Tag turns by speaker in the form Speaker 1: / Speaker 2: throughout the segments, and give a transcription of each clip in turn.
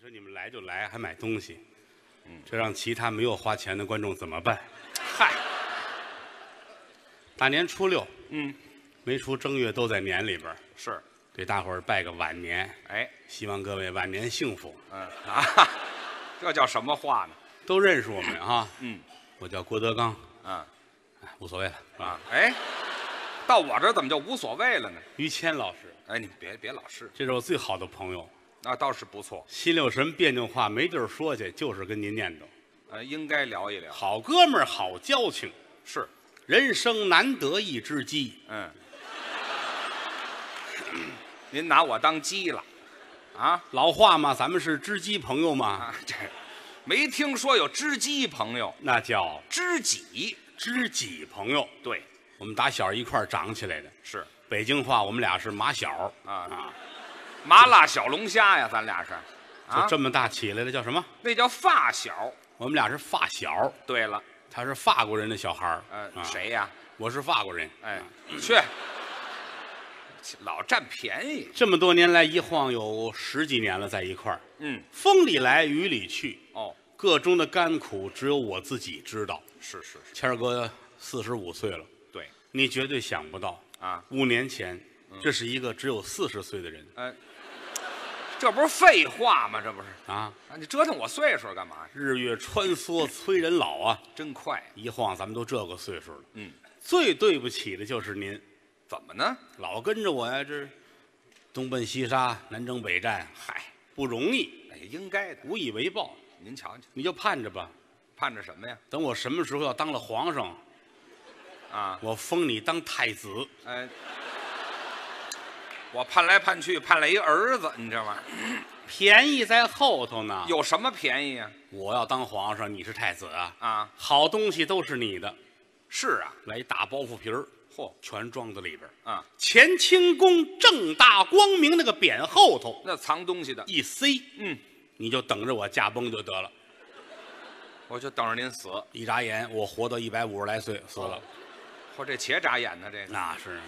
Speaker 1: 说你们来就来，还买东西，
Speaker 2: 嗯
Speaker 1: 这让其他没有花钱的观众怎么办？
Speaker 2: 嗨，
Speaker 1: 大年初六，
Speaker 2: 嗯，
Speaker 1: 没出正月都在年里边儿，
Speaker 2: 是，
Speaker 1: 给大伙儿拜个晚年，
Speaker 2: 哎，
Speaker 1: 希望各位晚年幸福。
Speaker 2: 嗯啊，这叫什么话呢？
Speaker 1: 都认识我们啊，
Speaker 2: 嗯，
Speaker 1: 我叫郭德纲，
Speaker 2: 啊
Speaker 1: 哎无所谓了啊
Speaker 2: 啊。，哎，到我这儿怎么就无所谓了呢？
Speaker 1: 于谦老师，
Speaker 2: 哎，你别别老是，
Speaker 1: 这是我最好的朋友，
Speaker 2: 那倒是不错，
Speaker 1: 心里有什么别扭话没地儿说去，就是跟您念叨。
Speaker 2: 呃，应该聊一聊。
Speaker 1: 好哥们儿，好交情，
Speaker 2: 是，
Speaker 1: 人生难得一知己。
Speaker 2: 嗯， 您拿我当鸡了，啊
Speaker 1: 老话嘛，咱们是知己朋友嘛，
Speaker 2: 啊，这没听说有知己朋友，
Speaker 1: 那叫
Speaker 2: 知己，
Speaker 1: 知己朋友。
Speaker 2: 对，
Speaker 1: 我们打小一块儿长起来的，
Speaker 2: 是
Speaker 1: 北京话我们俩是马小
Speaker 2: 啊，
Speaker 1: 啊，
Speaker 2: 麻辣小龙虾呀，咱俩是，啊
Speaker 1: 就，这么大起来的叫什么？
Speaker 2: 那叫发小。
Speaker 1: 我们俩是发小，
Speaker 2: 对了，
Speaker 1: 他是法国人的小孩儿，
Speaker 2: 呃，
Speaker 1: 啊？
Speaker 2: 谁呀？
Speaker 1: 我是法国人，
Speaker 2: 哎
Speaker 1: 啊，
Speaker 2: 去，老占便宜。
Speaker 1: 这么多年来一晃有十几年了，在一块儿，
Speaker 2: 嗯，
Speaker 1: 风里来雨里去，
Speaker 2: 哦，
Speaker 1: 各中的甘苦只有我自己知道。
Speaker 2: 是是是，
Speaker 1: 谦儿哥四十五岁了，
Speaker 2: 对
Speaker 1: 你绝对想不到，
Speaker 2: 啊，
Speaker 1: 五年前，
Speaker 2: 嗯
Speaker 1: 这是一个只有四十岁的人
Speaker 2: 呃，这不是废话吗？这不是
Speaker 1: 啊！
Speaker 2: 啊？你折腾我岁数干嘛呀？
Speaker 1: 日月穿梭催人老啊！
Speaker 2: 真快，
Speaker 1: 一晃咱们都这个岁数了，
Speaker 2: 嗯，
Speaker 1: 最对不起的就是您，
Speaker 2: 怎么呢？
Speaker 1: 老跟着我呀，这东奔西杀，南征北战，
Speaker 2: 嗨，
Speaker 1: 不容易，
Speaker 2: 哎，应该的。
Speaker 1: 无以为报，
Speaker 2: 您瞧瞧，
Speaker 1: 你就盼着吧。
Speaker 2: 盼着什么呀？
Speaker 1: 等我什么时候要当了皇上，
Speaker 2: 啊，
Speaker 1: 我封你当太子。
Speaker 2: 哎，我盼来盼去，盼来一儿子，你知道吗？
Speaker 1: 便宜在后头呢。
Speaker 2: 有什么便宜呀？
Speaker 1: 我要当皇上，你是太子啊！
Speaker 2: 啊，
Speaker 1: 好东西都是你的，
Speaker 2: 是啊，
Speaker 1: 来一大包袱皮儿，
Speaker 2: 嚯，
Speaker 1: 全装在里边儿。
Speaker 2: 啊，
Speaker 1: 乾清宫正大光明那个匾后头
Speaker 2: 那藏东西的，
Speaker 1: 一塞，
Speaker 2: 嗯，
Speaker 1: 你就等着我驾崩就得了。
Speaker 2: 我就等着您死。
Speaker 1: 一眨眼，我活到一百五十来岁，死
Speaker 2: 哦
Speaker 1: 了。
Speaker 2: 嚯，这且眨眼呢，这个
Speaker 1: 那是，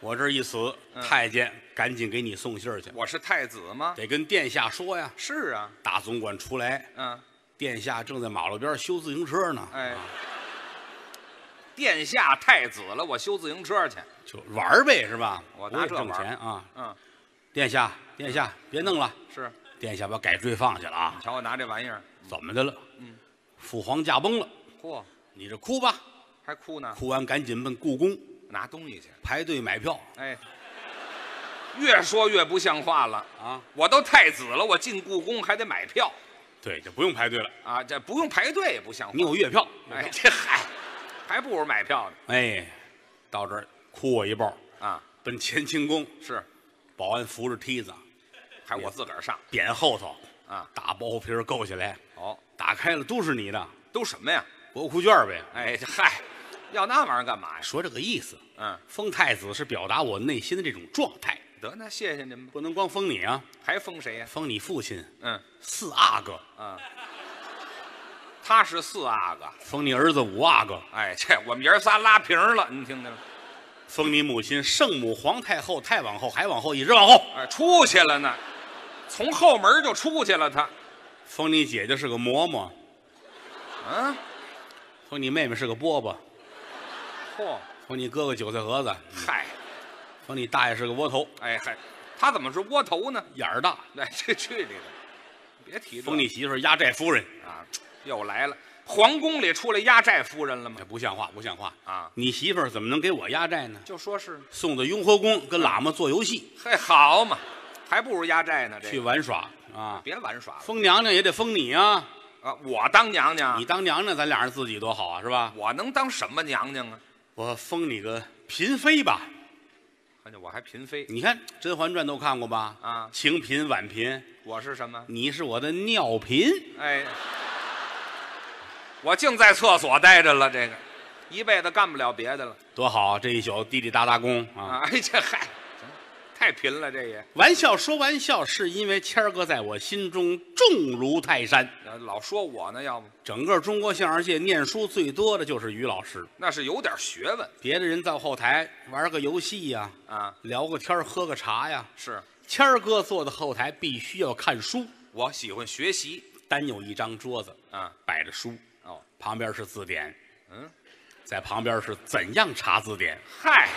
Speaker 1: 我这一死，
Speaker 2: 嗯
Speaker 1: 太监赶紧给你送信儿去，
Speaker 2: 我是太子吗？
Speaker 1: 得跟殿下说呀。
Speaker 2: 是啊，
Speaker 1: 大总管出来，
Speaker 2: 嗯，
Speaker 1: 殿下正在马路边修自行车呢，
Speaker 2: 哎
Speaker 1: 啊，
Speaker 2: 殿下太子了，我修自行车去。
Speaker 1: 就玩儿呗，是吧？
Speaker 2: 我
Speaker 1: 不会
Speaker 2: 拿这玩
Speaker 1: 挣
Speaker 2: 儿
Speaker 1: 钱啊，
Speaker 2: 嗯，
Speaker 1: 殿下，殿下，别弄了，
Speaker 2: 是，
Speaker 1: 殿下把改锥放下了啊
Speaker 2: 你！瞧我拿这玩意儿，
Speaker 1: 怎么的了？
Speaker 2: 嗯
Speaker 1: 父皇驾崩了，
Speaker 2: 嚯，
Speaker 1: 你这哭吧，
Speaker 2: 还哭呢，
Speaker 1: 哭完赶紧奔故宫
Speaker 2: 拿东西去。
Speaker 1: 排队买票
Speaker 2: 哎，越说越不像话了。
Speaker 1: 啊！
Speaker 2: 我都太子了，我进故宫还得买票
Speaker 1: 对，就不用排队了，
Speaker 2: 啊，这不用排队也不像话
Speaker 1: 你。有月票。
Speaker 2: 哎，这嗨，还不如买票呢
Speaker 1: 哎，到这儿哭我一抱，
Speaker 2: 啊！
Speaker 1: 奔乾清宫，
Speaker 2: 是，
Speaker 1: 保安扶着梯子，
Speaker 2: 还我自个儿上
Speaker 1: 匾后头
Speaker 2: 啊。
Speaker 1: 大包袱皮儿够起来，
Speaker 2: 哦，
Speaker 1: 打开了都是你的
Speaker 2: 都什么呀？
Speaker 1: 国库券呗。
Speaker 2: 哎，这嗨，要那玩意儿干嘛呀？
Speaker 1: 说这个意思，
Speaker 2: 嗯，
Speaker 1: 封太子是表达我内心的这种状态，
Speaker 2: 得，那谢谢您吧。
Speaker 1: 不能光封你啊，
Speaker 2: 还封谁呀？
Speaker 1: 封你父亲
Speaker 2: 嗯。
Speaker 1: 四阿哥。
Speaker 2: 啊，他是四阿哥，
Speaker 1: 封你儿子五阿哥，
Speaker 2: 哎，这我们爷儿仨拉平了，您听见了？
Speaker 1: 封你母亲圣母、皇太后、太往后、还往后，一直往后。
Speaker 2: 哎，出去了呢，从后门就出去了。他，
Speaker 1: 封你姐姐是个嬷嬷，
Speaker 2: 嗯、
Speaker 1: 封你妹妹是个饽饽，
Speaker 2: 嚯，
Speaker 1: 封你哥哥韭菜盒子，
Speaker 2: 嗨，
Speaker 1: 封你大爷是个窝头，
Speaker 2: 哎嗨，他怎么是窝头呢？
Speaker 1: 眼儿大。
Speaker 2: 哎，这去你的，别提这
Speaker 1: 封你媳妇儿压寨夫人，
Speaker 2: 啊，又来了，皇宫里出来压寨夫人了吗
Speaker 1: 这？哎不像话，不像话
Speaker 2: 啊！
Speaker 1: 你媳妇儿怎么能给我压寨呢？
Speaker 2: 就说是，
Speaker 1: 送到雍和宫跟喇嘛做游戏
Speaker 2: 嘿，好嘛，还不如压寨呢。这
Speaker 1: 去
Speaker 2: 个、
Speaker 1: 玩耍啊！
Speaker 2: 别玩耍了
Speaker 1: 封娘娘也得封你啊！
Speaker 2: 啊！我当娘娘
Speaker 1: 你，当娘娘，咱俩人自己多好啊，是吧？
Speaker 2: 我能当什么娘娘啊？
Speaker 1: 我封你个嫔妃吧。
Speaker 2: 看哎见我还嫔妃，
Speaker 1: 你看《甄嬛传》都看过吧？
Speaker 2: 啊
Speaker 1: 清嫔、婉嫔，
Speaker 2: 我是什么？
Speaker 1: 你是我的尿频，
Speaker 2: 哎，我净在厕所待着了，这个一辈子干不了别的了
Speaker 1: 多好啊！这一宿滴滴答答功啊！
Speaker 2: 啊！哎，这嗨，行太贫了，这也
Speaker 1: 玩笑说玩笑，是因为谦儿哥在我心中重如泰山。
Speaker 2: 呃老说我呢，要不
Speaker 1: 整个中国相声界念书最多的就是于老师，
Speaker 2: 那是有点学问
Speaker 1: 别的人到后台玩个游戏呀、
Speaker 2: 啊，
Speaker 1: 聊个天儿喝个茶呀，
Speaker 2: 是
Speaker 1: 谦儿哥坐在后台必须要看书，
Speaker 2: 我喜欢学习
Speaker 1: 单有一张桌子，
Speaker 2: 啊。
Speaker 1: 摆着书，
Speaker 2: 哦，
Speaker 1: 旁边是字典，
Speaker 2: 嗯，
Speaker 1: 在旁边是怎样查字典，
Speaker 2: 嗨，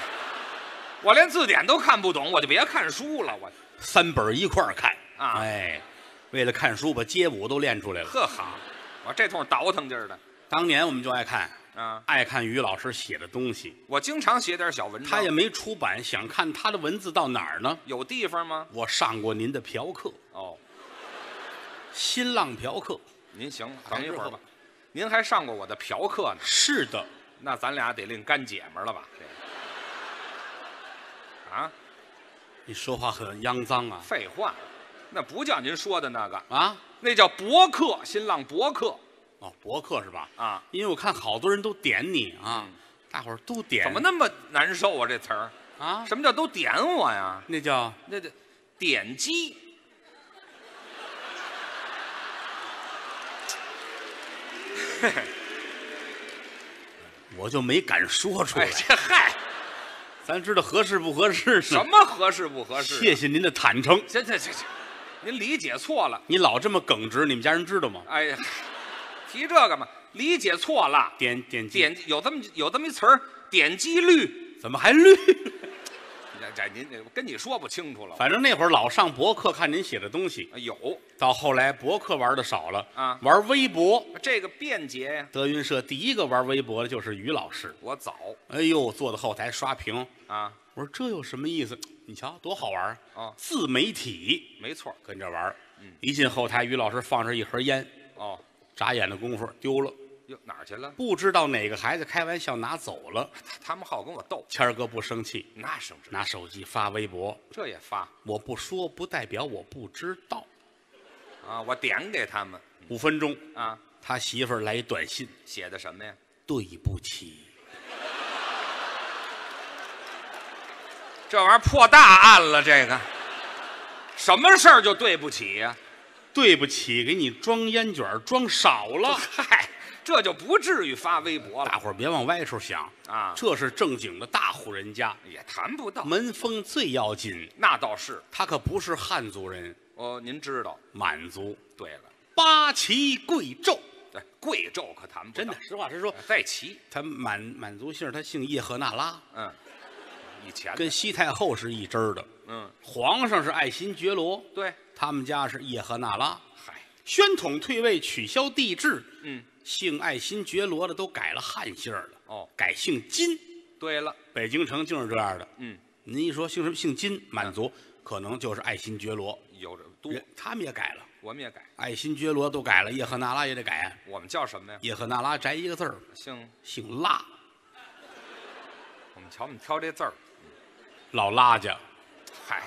Speaker 2: 我连字典都看不懂，我就别看书了。我
Speaker 1: 三本一块儿看
Speaker 2: 啊
Speaker 1: 哎，为了看书，把街舞都练出来了。
Speaker 2: 呵好，我这通倒腾劲儿的
Speaker 1: 当年我们就爱看，
Speaker 2: 啊，
Speaker 1: 爱看于老师写的东西，
Speaker 2: 我经常写点小文章。
Speaker 1: 他也没出版，想看他的文字到哪儿呢？
Speaker 2: 有地方吗？
Speaker 1: 我上过您的嫖客，
Speaker 2: 哦，
Speaker 1: 新浪嫖客。
Speaker 2: 您行了，等一会儿吧。您还上过我的嫖客呢，
Speaker 1: 是的，
Speaker 2: 那咱俩得另干姐们儿了吧？这个啊，
Speaker 1: 你说话很肮脏啊
Speaker 2: 废话，那不叫您说的那个，
Speaker 1: 啊！
Speaker 2: 那叫博客，新浪博客
Speaker 1: 哦，博客是吧？
Speaker 2: 啊，
Speaker 1: 因为我看好多人都点你啊，大伙儿都点，
Speaker 2: 怎么那么难受啊？这词儿，
Speaker 1: 啊？
Speaker 2: 什么叫都点我呀？
Speaker 1: 那叫
Speaker 2: 那得点击，
Speaker 1: 我就没敢说出来。
Speaker 2: 哎，这嗨，
Speaker 1: 咱知道合适不合适呢？
Speaker 2: 什么合适不合适啊？
Speaker 1: 谢谢您的坦诚，
Speaker 2: 这这这这，您理解错了。
Speaker 1: 你老这么耿直，你们家人知道吗？
Speaker 2: 哎呀，提这个嘛，理解错了。
Speaker 1: 点点击
Speaker 2: 点有这么有这么一词儿，点击率。
Speaker 1: 怎么还绿？
Speaker 2: 这这您这我跟你说不清楚了。哎
Speaker 1: 反正那会儿老上博客看您写的东西，
Speaker 2: 有
Speaker 1: 到后来博客玩的少了
Speaker 2: 啊
Speaker 1: 玩微博。
Speaker 2: 这个便捷呀，
Speaker 1: 德云社第一个玩微博的就是于老师，
Speaker 2: 我早
Speaker 1: 哎呦，坐在后台刷屏，
Speaker 2: 啊，
Speaker 1: 我说这有什么意思？你瞧多好玩啊！
Speaker 2: 哦
Speaker 1: 自媒体
Speaker 2: 没错
Speaker 1: 跟着玩儿，一进后台，于老师放着一盒烟，
Speaker 2: 哦。
Speaker 1: 眨眼的功夫丢了，
Speaker 2: 哟，哪儿去了？
Speaker 1: 不知道哪个孩子开玩笑拿走了。
Speaker 2: 他们好跟我斗，
Speaker 1: 谦儿哥不生气，
Speaker 2: 那省着，
Speaker 1: 拿手机发微博，
Speaker 2: 这也发
Speaker 1: 我不说不代表我不知道。
Speaker 2: 啊，我点给他们
Speaker 1: 五分钟，
Speaker 2: 啊，
Speaker 1: 他媳妇儿来一短信：“
Speaker 2: 写的什么呀？
Speaker 1: 对不起。
Speaker 2: 这玩意儿破大案了，这个什么事儿就对不起呀、”
Speaker 1: 对不起，给你装烟卷儿装少了。
Speaker 2: 嗨，这就不至于发微博了
Speaker 1: 大伙儿别往歪处想
Speaker 2: 啊
Speaker 1: 这是正经的大户人家，
Speaker 2: 也谈不到。
Speaker 1: 门风最要紧。
Speaker 2: 那倒是，
Speaker 1: 他可不是汉族人，
Speaker 2: 哦，您知道。
Speaker 1: 满族
Speaker 2: 对了，
Speaker 1: 八旗贵胄，
Speaker 2: 对贵胄可谈不
Speaker 1: 真
Speaker 2: 到
Speaker 1: 的，实话实说，
Speaker 2: 在齐，
Speaker 1: 他满满族姓儿，他姓叶赫那拉，
Speaker 2: 嗯，以前的
Speaker 1: 跟西太后是一支儿的。
Speaker 2: 嗯，
Speaker 1: 皇上是爱新觉罗，
Speaker 2: 对，
Speaker 1: 他们家是叶赫那拉。
Speaker 2: 嗨，
Speaker 1: 宣统退位，取消帝制，
Speaker 2: 嗯，
Speaker 1: 姓爱新觉罗的都改了汉姓儿了，
Speaker 2: 哦，
Speaker 1: 改姓金。
Speaker 2: 对了，
Speaker 1: 北京城竟是这样的。
Speaker 2: 嗯，
Speaker 1: 您一说姓什么姓金，满族可能就是爱新觉罗，
Speaker 2: 有这多，
Speaker 1: 人他们也改了，
Speaker 2: 我们也改，
Speaker 1: 爱新觉罗都改了，叶赫那拉也得改。
Speaker 2: 我们叫什么呀？
Speaker 1: 叶赫那拉摘一个字儿，
Speaker 2: 姓，
Speaker 1: 姓拉，
Speaker 2: 我们瞧我们挑这字儿，
Speaker 1: 老拉家。
Speaker 2: 嗨，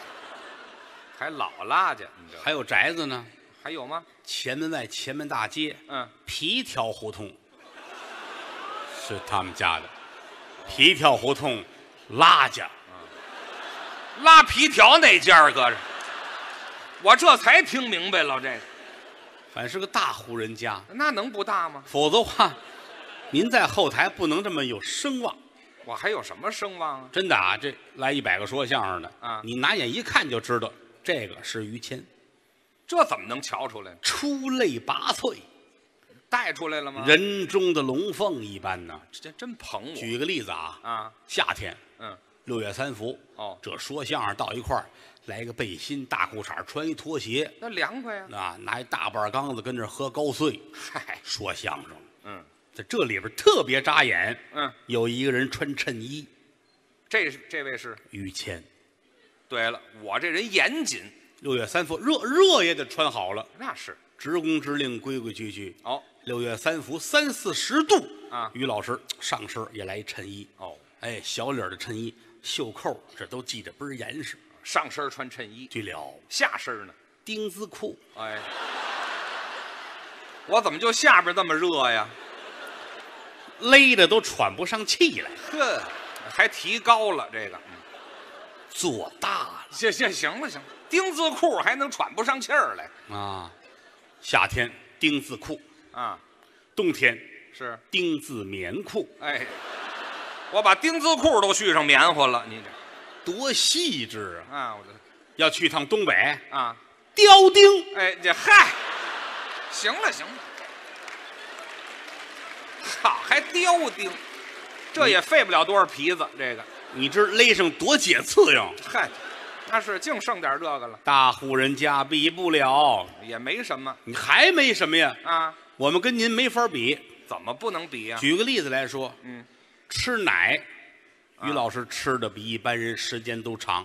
Speaker 2: 还老拉家，你知道？
Speaker 1: 还有宅子呢，
Speaker 2: 还有吗？
Speaker 1: 前门外、前门大街、
Speaker 2: 嗯，
Speaker 1: 皮条胡同，是他们家的。皮条胡同，拉家。
Speaker 2: 拉皮条那家儿搁着，我这才听明白了，这个
Speaker 1: 反正是个大户人家，
Speaker 2: 那能不大吗？
Speaker 1: 否则的话，您在后台不能这么有声望。
Speaker 2: 我还有什么声望啊？
Speaker 1: 真的啊，这来一百个说相声的
Speaker 2: 啊
Speaker 1: 你拿眼一看就知道，这个是于谦，
Speaker 2: 这怎么能瞧出来呢？
Speaker 1: 出类拔萃，
Speaker 2: 带出来了吗？
Speaker 1: 人中的龙凤一般呢。
Speaker 2: 这真捧我
Speaker 1: 举个例子啊，
Speaker 2: 啊，
Speaker 1: 夏天
Speaker 2: 嗯，
Speaker 1: 六月三伏，
Speaker 2: 哦
Speaker 1: 这说相声到一块儿，来个背心、大裤衩，穿一拖鞋，
Speaker 2: 那凉快呀、
Speaker 1: 啊，拿一大半缸子跟这儿喝高碎，
Speaker 2: 嗨，
Speaker 1: 说相声。
Speaker 2: 嗯
Speaker 1: 在这里边特别扎眼，
Speaker 2: 嗯，
Speaker 1: 有一个人穿衬衣，
Speaker 2: 这是这位是。
Speaker 1: 于谦。
Speaker 2: 对了，我这人严谨，
Speaker 1: 六月三伏，热热也得穿好了，
Speaker 2: 那是
Speaker 1: 职工之令，规规矩矩。
Speaker 2: 哦
Speaker 1: 六月三伏，三四十度
Speaker 2: 啊
Speaker 1: 于老师上身也来一衬衣，
Speaker 2: 哦，
Speaker 1: 哎，小领儿的衬衣，袖扣这都系得倍儿严实。
Speaker 2: 上身穿衬衣，
Speaker 1: 对了，
Speaker 2: 下身呢？
Speaker 1: 丁字裤，
Speaker 2: 哎，我怎么就下边这么热呀？
Speaker 1: 勒的都喘不上气来，
Speaker 2: 呵，还提高了这个，嗯
Speaker 1: 做大
Speaker 2: 行行行了行了，丁字裤还能喘不上气儿来
Speaker 1: 了啊！夏天丁字裤，
Speaker 2: 啊？
Speaker 1: 冬天
Speaker 2: 是，
Speaker 1: 丁字棉裤，
Speaker 2: 哎，我把丁字裤都续上棉花了，你这
Speaker 1: 多细致啊！
Speaker 2: 啊，我这
Speaker 1: 要去趟东北，
Speaker 2: 啊，
Speaker 1: 雕钉，
Speaker 2: 哎，这嗨，行了行了，好，还雕钉，这也费不了多少皮子。这个，
Speaker 1: 你知勒上多解刺痒。
Speaker 2: 嗨，那是净剩点这个了，
Speaker 1: 大户人家比不了，
Speaker 2: 也没什么
Speaker 1: 你还没什么呀？
Speaker 2: 啊，
Speaker 1: 我们跟您没法比。
Speaker 2: 怎么不能比呀、
Speaker 1: 举个例子来说，
Speaker 2: 嗯，
Speaker 1: 吃奶，于老师吃的比一般人时间都长。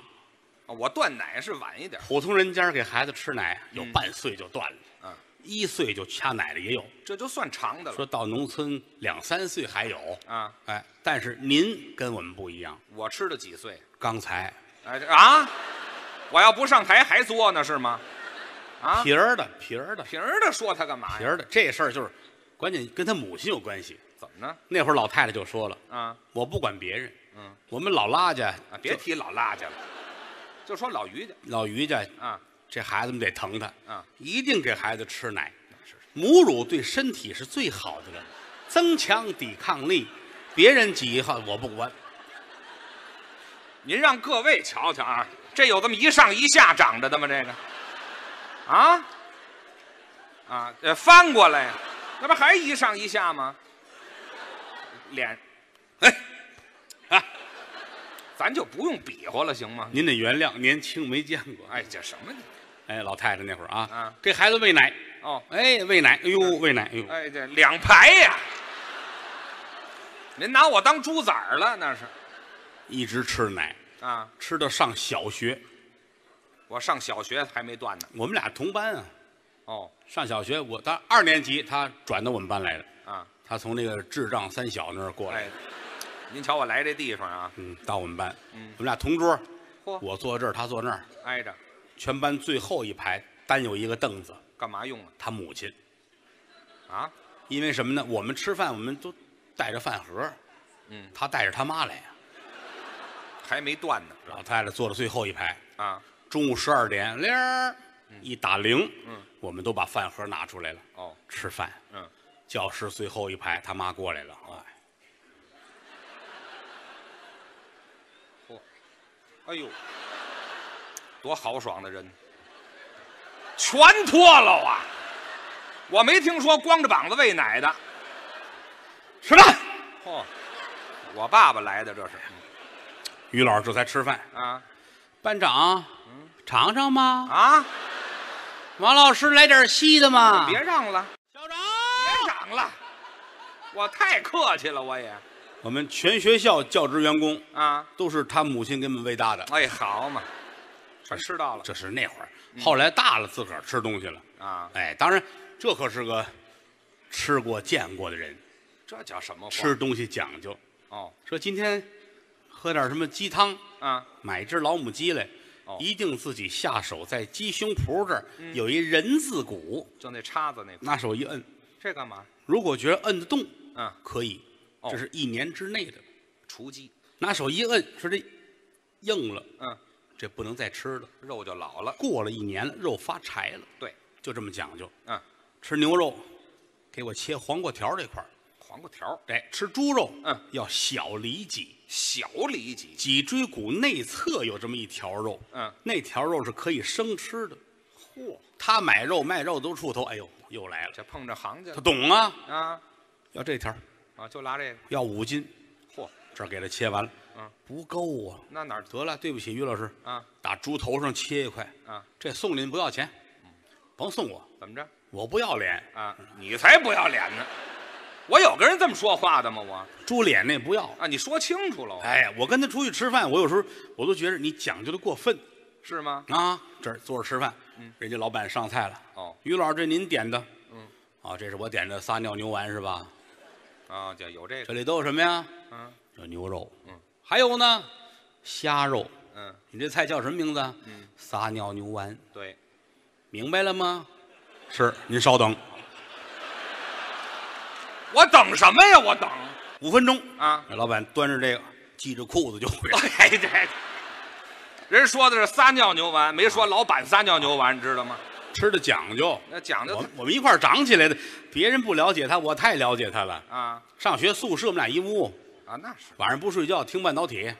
Speaker 2: 啊我断奶是晚一点，
Speaker 1: 普通人家给孩子吃奶，有半岁就断了，
Speaker 2: 嗯，
Speaker 1: 一岁就掐奶的也有，
Speaker 2: 这就算长的了
Speaker 1: 说到农村两三岁还有。
Speaker 2: 啊。
Speaker 1: 哎，但是您跟我们不一样。
Speaker 2: 我吃的几岁？
Speaker 1: 刚才
Speaker 2: 哎这啊，我要不上台还作呢是吗？啊，
Speaker 1: 皮儿的，皮儿的，
Speaker 2: 平儿的说他干嘛
Speaker 1: 皮
Speaker 2: 呀？
Speaker 1: 儿的，这事儿就是，关键跟他母亲有关系。
Speaker 2: 怎么呢？
Speaker 1: 那会儿老太太就说了
Speaker 2: 啊：“
Speaker 1: 我不管别人，
Speaker 2: 嗯
Speaker 1: 我们老拉家
Speaker 2: 啊，别提老辣家了，就说老于家
Speaker 1: 老于家，
Speaker 2: 啊
Speaker 1: 这孩子们得疼他，
Speaker 2: 啊，
Speaker 1: 一定给孩子吃奶。
Speaker 2: 是是
Speaker 1: 母乳对身体是最好的了，增强抵抗力。别人几号我不管，
Speaker 2: 您让各位瞧瞧啊，这有这么一上一下长着的吗？这个，啊，啊，呃，翻过来呀，那不还一上一下吗？脸，
Speaker 1: 哎，啊，
Speaker 2: 咱就不用比划了，行吗？
Speaker 1: 您得原谅，年轻没见过。
Speaker 2: 哎，这什么？
Speaker 1: 哎，老太太那会儿啊，
Speaker 2: 啊
Speaker 1: 给孩子喂奶，
Speaker 2: 哦，
Speaker 1: 哎，喂奶，哎呦，喂奶，哎呦，
Speaker 2: 哎，这两排呀，您拿我当猪崽儿了那是
Speaker 1: 一直吃奶，
Speaker 2: 啊！
Speaker 1: 吃到上小学。
Speaker 2: 我上小学还没断呢。
Speaker 1: 我们俩同班啊，
Speaker 2: 哦，
Speaker 1: 上小学我他二年级，他转到我们班来了。
Speaker 2: 啊，
Speaker 1: 他从那个智障三小那儿过来，
Speaker 2: 哎，您瞧我来这地方啊，
Speaker 1: 嗯，到我们班，
Speaker 2: 嗯
Speaker 1: 我们俩同桌，
Speaker 2: 嚯，
Speaker 1: 我坐这儿，他坐那儿，
Speaker 2: 挨着，
Speaker 1: 全班最后一排单有一个凳子，
Speaker 2: 干嘛用啊？
Speaker 1: 他母亲。
Speaker 2: 啊，
Speaker 1: 因为什么呢？我们吃饭，我们都带着饭盒，
Speaker 2: 嗯，
Speaker 1: 他带着他妈来呀。
Speaker 2: 还没断呢
Speaker 1: 老太太坐到最后一排，
Speaker 2: 啊！
Speaker 1: 中午十二点铃儿一打铃，
Speaker 2: 嗯，
Speaker 1: 我们都把饭盒拿出来了
Speaker 2: 哦，
Speaker 1: 吃饭。
Speaker 2: 嗯，
Speaker 1: 教室最后一排，他妈过来了，
Speaker 2: 哎呦，多豪爽的人，全脱了啊！我没听说光着膀子喂奶的。
Speaker 1: 吃饭。
Speaker 2: 嚯，我爸爸来的这是
Speaker 1: 于老师这才吃饭，
Speaker 2: 啊
Speaker 1: 班长，尝尝吗？
Speaker 2: 啊！
Speaker 1: 王老师来点稀的吗？
Speaker 2: 别让了，
Speaker 1: 校长，
Speaker 2: 别嚷了，我太客气了，我也
Speaker 1: 我们全学校教职员工
Speaker 2: 啊。
Speaker 1: 都是他母亲给我们喂大的。
Speaker 2: 哎，好嘛，全吃到了
Speaker 1: 这是那会儿，后来大了自个儿吃东西了。
Speaker 2: 啊！
Speaker 1: 哎，当然，这可是个吃过见过的人，
Speaker 2: 这叫什么话？
Speaker 1: 吃东西讲究。
Speaker 2: 哦
Speaker 1: 说今天喝点什么鸡汤，
Speaker 2: 啊！
Speaker 1: 买只老母鸡来，
Speaker 2: 哦嗯
Speaker 1: 一定自己下手，在鸡胸脯这儿有一人字骨，
Speaker 2: 就那叉子那块，
Speaker 1: 拿手一摁，
Speaker 2: 这干嘛？
Speaker 1: 如果觉得摁得动，
Speaker 2: 嗯，
Speaker 1: 可以，
Speaker 2: 哦
Speaker 1: 这是一年之内的。
Speaker 2: 雏鸡，
Speaker 1: 拿手一摁，说这硬了，
Speaker 2: 嗯，
Speaker 1: 这不能再吃了。
Speaker 2: 肉就老了。
Speaker 1: 过了一年了，肉发柴了，
Speaker 2: 对，
Speaker 1: 就这么讲究。
Speaker 2: 嗯，
Speaker 1: 吃牛肉，给我切黄瓜条这块儿。
Speaker 2: 黄瓜条儿，
Speaker 1: 哎，吃猪肉，
Speaker 2: 嗯，
Speaker 1: 要小里脊，
Speaker 2: 小里脊，
Speaker 1: 脊椎骨内侧有这么一条肉，
Speaker 2: 嗯，
Speaker 1: 那条肉是可以生吃的。嚯，他买肉卖肉都出头，哎呦，又来了，
Speaker 2: 这碰着行家
Speaker 1: 他
Speaker 2: 了
Speaker 1: 懂啊，
Speaker 2: 啊
Speaker 1: 要这条，
Speaker 2: 啊，就拉这个。
Speaker 1: 要五斤，
Speaker 2: 嚯，
Speaker 1: 这儿给他切完了，
Speaker 2: 嗯，
Speaker 1: 不够啊，
Speaker 2: 那哪儿
Speaker 1: 得了，对不起，于老师，
Speaker 2: 啊
Speaker 1: 打猪头上切一块，
Speaker 2: 啊？
Speaker 1: 这送您不要钱，
Speaker 2: 嗯
Speaker 1: 甭送我，
Speaker 2: 怎么着
Speaker 1: 我不要脸，
Speaker 2: 啊？
Speaker 1: 嗯
Speaker 2: 你才不要脸呢！我有跟人这么说话的吗？我
Speaker 1: 猪脸那不要。
Speaker 2: 啊，你说清楚了哦，
Speaker 1: 哎呀，我跟他出去吃饭，我有时候我都觉得你讲究的过分
Speaker 2: 是吗？
Speaker 1: 啊。这儿坐着吃饭，人家老板上菜了，
Speaker 2: 嗯哦
Speaker 1: 于老师这您点的，
Speaker 2: 嗯，
Speaker 1: 啊，这是我点的撒尿牛丸是吧？
Speaker 2: 啊，就有这
Speaker 1: 这
Speaker 2: 个，
Speaker 1: 里都有什么呀？
Speaker 2: 嗯
Speaker 1: 有牛肉，
Speaker 2: 嗯，
Speaker 1: 还有呢，虾肉。
Speaker 2: 嗯，
Speaker 1: 你这菜叫什么名字？
Speaker 2: 嗯，
Speaker 1: 撒尿牛丸，
Speaker 2: 对，
Speaker 1: 明白了吗？是，您稍等
Speaker 2: 我等什么呀？我等
Speaker 1: 五分钟。
Speaker 2: 啊！
Speaker 1: 老板端着这个，系着裤子就回来。
Speaker 2: 哎，这人说的是撒尿牛丸，没
Speaker 1: 啊
Speaker 2: 说老板撒尿牛丸，你知道吗？
Speaker 1: 吃的讲究，
Speaker 2: 那讲
Speaker 1: 我
Speaker 2: 究
Speaker 1: 们我们一块儿长起来的，别人不了解他，我太了解他了。
Speaker 2: 啊
Speaker 1: 上学宿舍我们俩一屋，
Speaker 2: 啊，那是嗯
Speaker 1: 晚上不睡觉听半导体，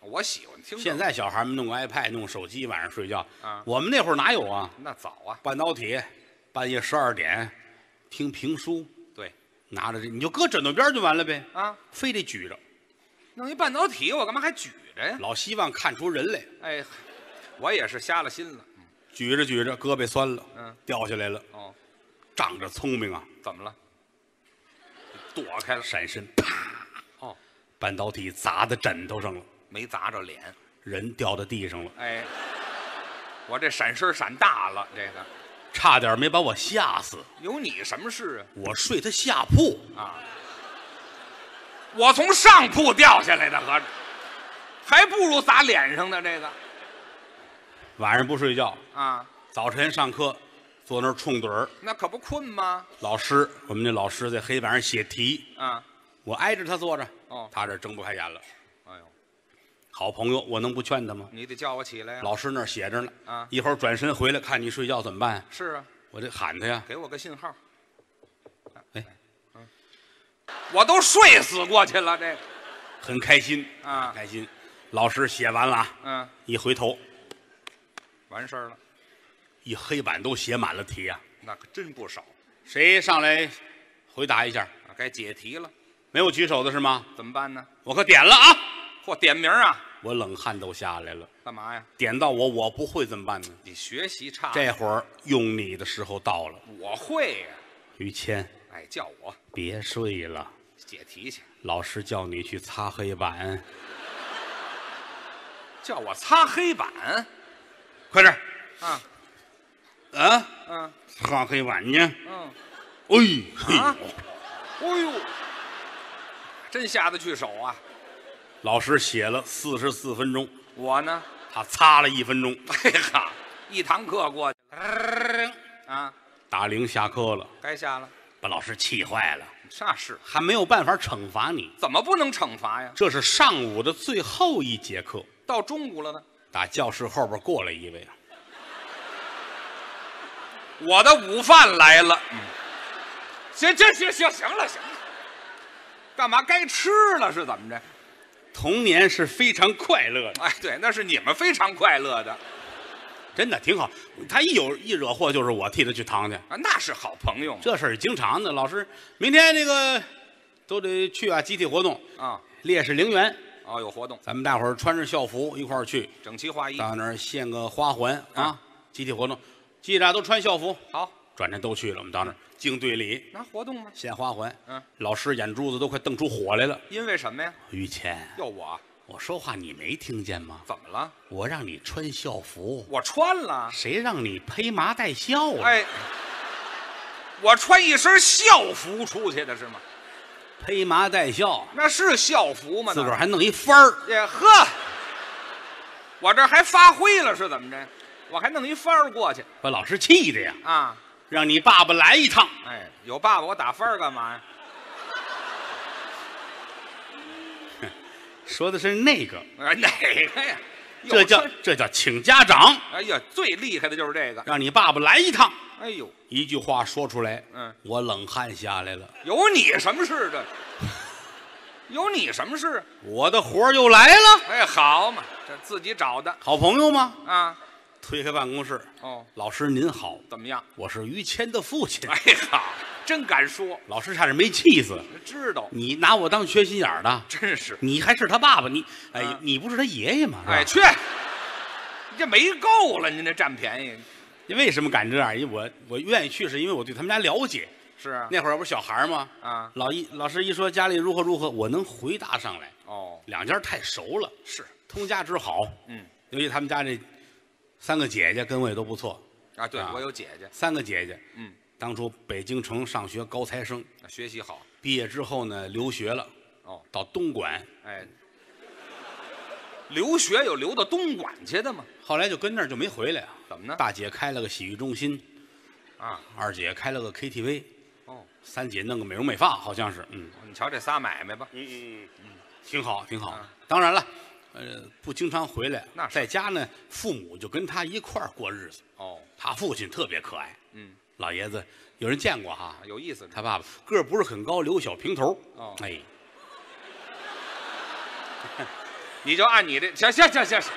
Speaker 2: 我喜欢听。
Speaker 1: 现在小孩们弄 iPad、弄手机，晚上睡觉。
Speaker 2: 啊
Speaker 1: 我们那会儿哪有啊？
Speaker 2: 那早啊，
Speaker 1: 半导体，半夜十二点，听评书，
Speaker 2: 对
Speaker 1: 拿着这你就搁枕头边儿就完了呗，
Speaker 2: 啊，
Speaker 1: 非得举着，
Speaker 2: 弄一半导体，我干嘛还举着呀？
Speaker 1: 老希望看出人来。
Speaker 2: 哎，我也是瞎了心了。
Speaker 1: 举着举着，胳膊酸了，
Speaker 2: 嗯，
Speaker 1: 掉下来了，
Speaker 2: 哦，
Speaker 1: 仗着聪明啊，
Speaker 2: 怎么了？躲开了，
Speaker 1: 闪身，啪，
Speaker 2: 哦，
Speaker 1: 半导体砸在枕头上了，
Speaker 2: 没砸着脸。
Speaker 1: 人掉到地上了，
Speaker 2: 哎，我这闪身闪大了，这个
Speaker 1: 差点没把我吓死。
Speaker 2: 有你什么事
Speaker 1: 我睡他下铺，
Speaker 2: 啊？啊，我从上铺掉下来的，合着还不如砸脸上呢。这个
Speaker 1: 晚上不睡觉，
Speaker 2: 啊，
Speaker 1: 早晨上课，坐那儿冲盹儿。
Speaker 2: 那可不困吗？
Speaker 1: 老师，我们那老师在黑板上写题，
Speaker 2: 啊，
Speaker 1: 我挨着他坐着，
Speaker 2: 哦
Speaker 1: 他这睁不开眼了。
Speaker 2: 哎呦，
Speaker 1: 好朋友，我能不劝他吗？
Speaker 2: 你得叫我起来呀、
Speaker 1: 老师那儿写着呢，
Speaker 2: 啊
Speaker 1: 一会儿转身回来看你睡觉怎么办？
Speaker 2: 是啊，
Speaker 1: 我得喊他呀。
Speaker 2: 给我个信号。嗯
Speaker 1: 哎，
Speaker 2: 我都睡死过去了，这个
Speaker 1: 很开心
Speaker 2: 啊
Speaker 1: 很开心。老师写完了啊，
Speaker 2: 嗯，
Speaker 1: 一回头，
Speaker 2: 完事儿了，
Speaker 1: 一黑板都写满了题呀、
Speaker 2: 那可真不少。
Speaker 1: 谁上来回答一下？
Speaker 2: 啊该解题了，
Speaker 1: 没有举手的是吗？
Speaker 2: 怎么办呢？
Speaker 1: 我可点了啊！
Speaker 2: 嚯，点名啊，
Speaker 1: 我冷汗都下来了。
Speaker 2: 干嘛呀？
Speaker 1: 点到我，我不会怎么办呢？
Speaker 2: 你学习差，
Speaker 1: 这会儿用你的时候到了，
Speaker 2: 我会呀、
Speaker 1: 于谦，
Speaker 2: 哎，叫我
Speaker 1: 别睡了，
Speaker 2: 解题去，
Speaker 1: 老师叫你去擦黑板，
Speaker 2: 叫我擦黑板
Speaker 1: 快点儿
Speaker 2: 啊，
Speaker 1: 啊！
Speaker 2: 嗯
Speaker 1: 擦黑板去！
Speaker 2: 嗯，
Speaker 1: 哎，嘿
Speaker 2: 啊哎呦，真下得去手啊！
Speaker 1: 老师写了四十四分钟，
Speaker 2: 我呢，
Speaker 1: 他擦了一分钟，
Speaker 2: 哎呀，一堂课过去了啊，
Speaker 1: 打铃下课了，
Speaker 2: 该下了，
Speaker 1: 把老师气坏了，
Speaker 2: 那是
Speaker 1: 还没有办法惩罚你。
Speaker 2: 怎么不能惩罚呀？
Speaker 1: 这是上午的最后一节课，
Speaker 2: 到中午了呢，
Speaker 1: 打教室后边过来一位，啊
Speaker 2: 我的午饭来了。嗯，行行行行行了行了，干嘛该吃了是怎么着？
Speaker 1: 童年是非常快乐的，
Speaker 2: 哎，对，那是你们非常快乐的
Speaker 1: 真的挺好。他一有一惹祸，就是我替他去堂去，
Speaker 2: 啊，那是好朋友嘛
Speaker 1: 这事儿经常的。老师，明天那个都得去啊，集体活动，
Speaker 2: 啊。
Speaker 1: 烈士陵园，
Speaker 2: 哦，有活动，
Speaker 1: 咱们大伙儿穿着校服一块儿去，
Speaker 2: 整齐划一，
Speaker 1: 到那儿献个花环啊
Speaker 2: 啊，
Speaker 1: 集体活动，记着啊都穿校服。
Speaker 2: 好，
Speaker 1: 转天都去了，我们到那儿敬队礼，
Speaker 2: 那活动吗？
Speaker 1: 献花环。
Speaker 2: 嗯，
Speaker 1: 老师眼珠子都快瞪出火来了。
Speaker 2: 因为什么呀？
Speaker 1: 于谦，
Speaker 2: 要我
Speaker 1: 我说话你没听见吗？
Speaker 2: 怎么了？
Speaker 1: 我让你穿校服，
Speaker 2: 我穿了，
Speaker 1: 谁让你披麻戴孝啊了？
Speaker 2: 哎，我穿一身校服出去的是吗？
Speaker 1: 披麻戴孝，
Speaker 2: 那是校服吗？
Speaker 1: 自个儿还弄一幡儿，
Speaker 2: 也呵，我这还发挥了是怎么着？我还弄一幡儿过去
Speaker 1: 把老师气的呀！
Speaker 2: 啊！
Speaker 1: 让你爸爸来一趟，
Speaker 2: 哎，有爸爸我打幡儿干嘛呀？
Speaker 1: 说的是那个，
Speaker 2: 哎，哪个呀？有
Speaker 1: 这叫
Speaker 2: 事儿
Speaker 1: 这叫请家长，
Speaker 2: 哎呀，最厉害的就是这个。
Speaker 1: 让你爸爸来一趟。
Speaker 2: 哎呦，
Speaker 1: 一句话说出来，
Speaker 2: 嗯，
Speaker 1: 我冷汗下来了，
Speaker 2: 有你什么事这？有你什么事？
Speaker 1: 我的活儿又来了。
Speaker 2: 哎，好嘛，这自己找的
Speaker 1: 好朋友吗？
Speaker 2: 啊。
Speaker 1: 推开办公室，
Speaker 2: 哦，
Speaker 1: 老师您好，
Speaker 2: 怎么样？
Speaker 1: 我是于谦的父亲。
Speaker 2: 哎好，真敢说，
Speaker 1: 老师差点没气死，
Speaker 2: 知道，
Speaker 1: 你拿我当缺心眼儿的，
Speaker 2: 真是。
Speaker 1: 你还是他爸爸，你哎，
Speaker 2: 啊
Speaker 1: 你不是他爷爷吗？是吧
Speaker 2: 哎，去，你这没够了，您这占便宜
Speaker 1: 为什么敢这样？因为我我愿意去，是因为我对他们家了解。
Speaker 2: 是啊。
Speaker 1: 那会儿不是小孩儿吗？
Speaker 2: 啊，
Speaker 1: 老一老师一说家里如何如何，我能回答上来。
Speaker 2: 哦，
Speaker 1: 两家太熟了，
Speaker 2: 是，
Speaker 1: 通家之好。
Speaker 2: 嗯，
Speaker 1: 尤其他们家这三个姐姐跟我也都不错，
Speaker 2: 啊，对
Speaker 1: 啊
Speaker 2: 我有姐姐，
Speaker 1: 三个姐姐
Speaker 2: 嗯，
Speaker 1: 当初北京城上学高材生，
Speaker 2: 学习好，
Speaker 1: 毕业之后呢留学了，
Speaker 2: 哦，
Speaker 1: 到东莞，
Speaker 2: 哎，留学有留到东莞去的吗？
Speaker 1: 后来就跟那儿就没回来啊。
Speaker 2: 怎么呢？
Speaker 1: 大姐开了个洗浴中心，
Speaker 2: 啊，
Speaker 1: 二姐开了个 KTV，
Speaker 2: 哦，
Speaker 1: 三姐弄个美容美发，好像是，嗯
Speaker 2: 你瞧这仨买卖吧，
Speaker 1: 嗯嗯，挺好挺好
Speaker 2: 啊。
Speaker 1: 当然了，呃，不经常回来
Speaker 2: 那，是
Speaker 1: 在家呢，父母就跟他一块儿过日子。
Speaker 2: 哦，
Speaker 1: 他父亲特别可爱，
Speaker 2: 嗯，
Speaker 1: 老爷子有人见过哈
Speaker 2: 啊，，有意思，
Speaker 1: 他爸爸个儿哎不是很高，留小平头
Speaker 2: 哦，
Speaker 1: 哎，
Speaker 2: 你就按你这行行行行，行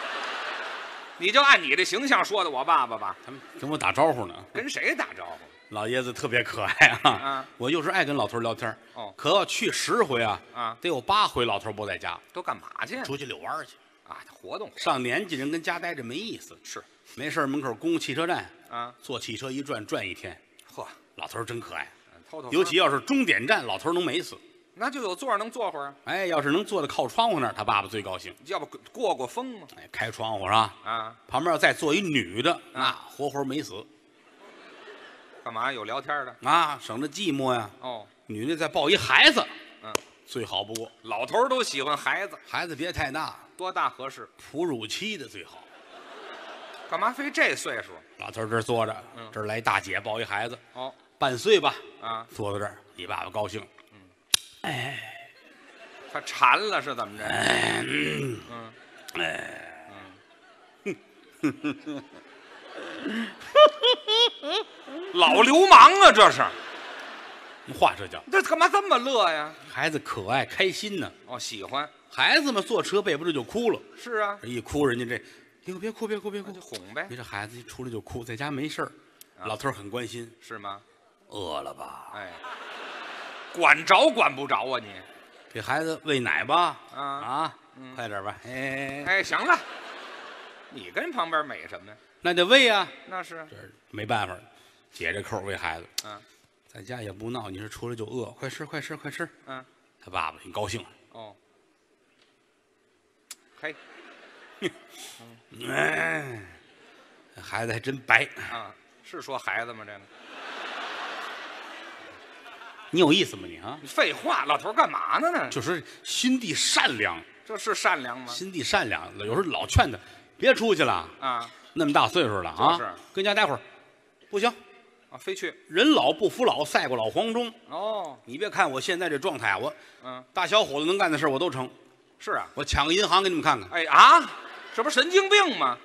Speaker 2: 你就按你这形象说的我爸爸吧。
Speaker 1: 他们跟我打招呼呢。
Speaker 2: 跟谁打招呼？
Speaker 1: 老爷子特别可爱啊
Speaker 2: 嗯！
Speaker 1: 我有时候爱跟老头儿聊天儿
Speaker 2: 哦
Speaker 1: 可要去十回啊，
Speaker 2: 啊
Speaker 1: 得有八回老头儿不在家，
Speaker 2: 都干嘛去呀？
Speaker 1: 出去遛弯儿去。
Speaker 2: 啊，活动
Speaker 1: 上年纪人跟家待着没意思，
Speaker 2: 是
Speaker 1: 没事儿门口公汽车站，
Speaker 2: 啊，
Speaker 1: 坐汽车一转转一天，
Speaker 2: 嚯，
Speaker 1: 老头儿真可爱。
Speaker 2: 偷偷
Speaker 1: 尤其要是终点站，老头儿能美死。
Speaker 2: 那就有座儿能坐会儿啊，
Speaker 1: 哎，要是能坐在靠窗户那儿，他爸爸最高兴。
Speaker 2: 要不过过风嘛
Speaker 1: 哎，开窗户是吧？
Speaker 2: 啊？
Speaker 1: 旁边要再坐一女的，那活活美死
Speaker 2: 干嘛有聊天的？
Speaker 1: 啊，省得寂寞呀。
Speaker 2: 哦，
Speaker 1: 女的再抱一孩子，
Speaker 2: 嗯，
Speaker 1: 最好不过。
Speaker 2: 老头儿都喜欢孩子，
Speaker 1: 孩子别太大，
Speaker 2: 多大合适？
Speaker 1: 哺乳期的最好。
Speaker 2: 干嘛非这岁数？
Speaker 1: 老头儿这儿坐着
Speaker 2: 嗯，
Speaker 1: 这儿来大姐抱一孩子，
Speaker 2: 哦
Speaker 1: 半岁吧，
Speaker 2: 啊，
Speaker 1: 坐在这儿，你爸爸高兴。
Speaker 2: 他馋了是怎么着？嗯嗯老流氓啊，这是，
Speaker 1: 话这叫
Speaker 2: 这干嘛这么乐呀？
Speaker 1: 孩子可爱开心呢。
Speaker 2: 哦，喜欢
Speaker 1: 孩子们坐车背不住就哭了，
Speaker 2: 是啊，
Speaker 1: 这一哭人家这，哟别哭别哭别哭
Speaker 2: 那啊就，啊哄呗
Speaker 1: 你，这孩子一出来就哭，在家没事儿，老头儿很关心，
Speaker 2: 是吗？
Speaker 1: 饿了吧？
Speaker 2: 哎，管着管不着啊你？
Speaker 1: 给孩子喂奶吧，
Speaker 2: 啊
Speaker 1: 啊
Speaker 2: 嗯，
Speaker 1: 快点吧，哎，
Speaker 2: 哎，行了，你跟旁边美什么呀？
Speaker 1: 那得喂啊，
Speaker 2: 那是，
Speaker 1: 这没办法，解这扣儿喂孩子，
Speaker 2: 嗯
Speaker 1: 在家也不闹，你是出来就饿，快吃快吃快吃，
Speaker 2: 嗯，
Speaker 1: 他爸爸挺高兴，
Speaker 2: 哦，嘿
Speaker 1: 哎，孩子还真白，
Speaker 2: 啊，是说孩子吗？这个
Speaker 1: 你有意思吗你啊？
Speaker 2: 你废话，老头儿干嘛呢呢？
Speaker 1: 就是心地善良，
Speaker 2: 这是善良吗？
Speaker 1: 心地善良，有时候老劝他别出去了，
Speaker 2: 啊
Speaker 1: 那么大岁数了啊，
Speaker 2: 就是
Speaker 1: 跟家待会儿，不行，
Speaker 2: 啊，非去
Speaker 1: 人老不服老，赛过老黄忠。
Speaker 2: 哦，
Speaker 1: 你别看我现在这状态啊，我
Speaker 2: 嗯，
Speaker 1: 大小伙子能干的事儿我都成，
Speaker 2: 是啊，
Speaker 1: 我抢个银行给你们看看，
Speaker 2: 哎啊，这不是神经病吗？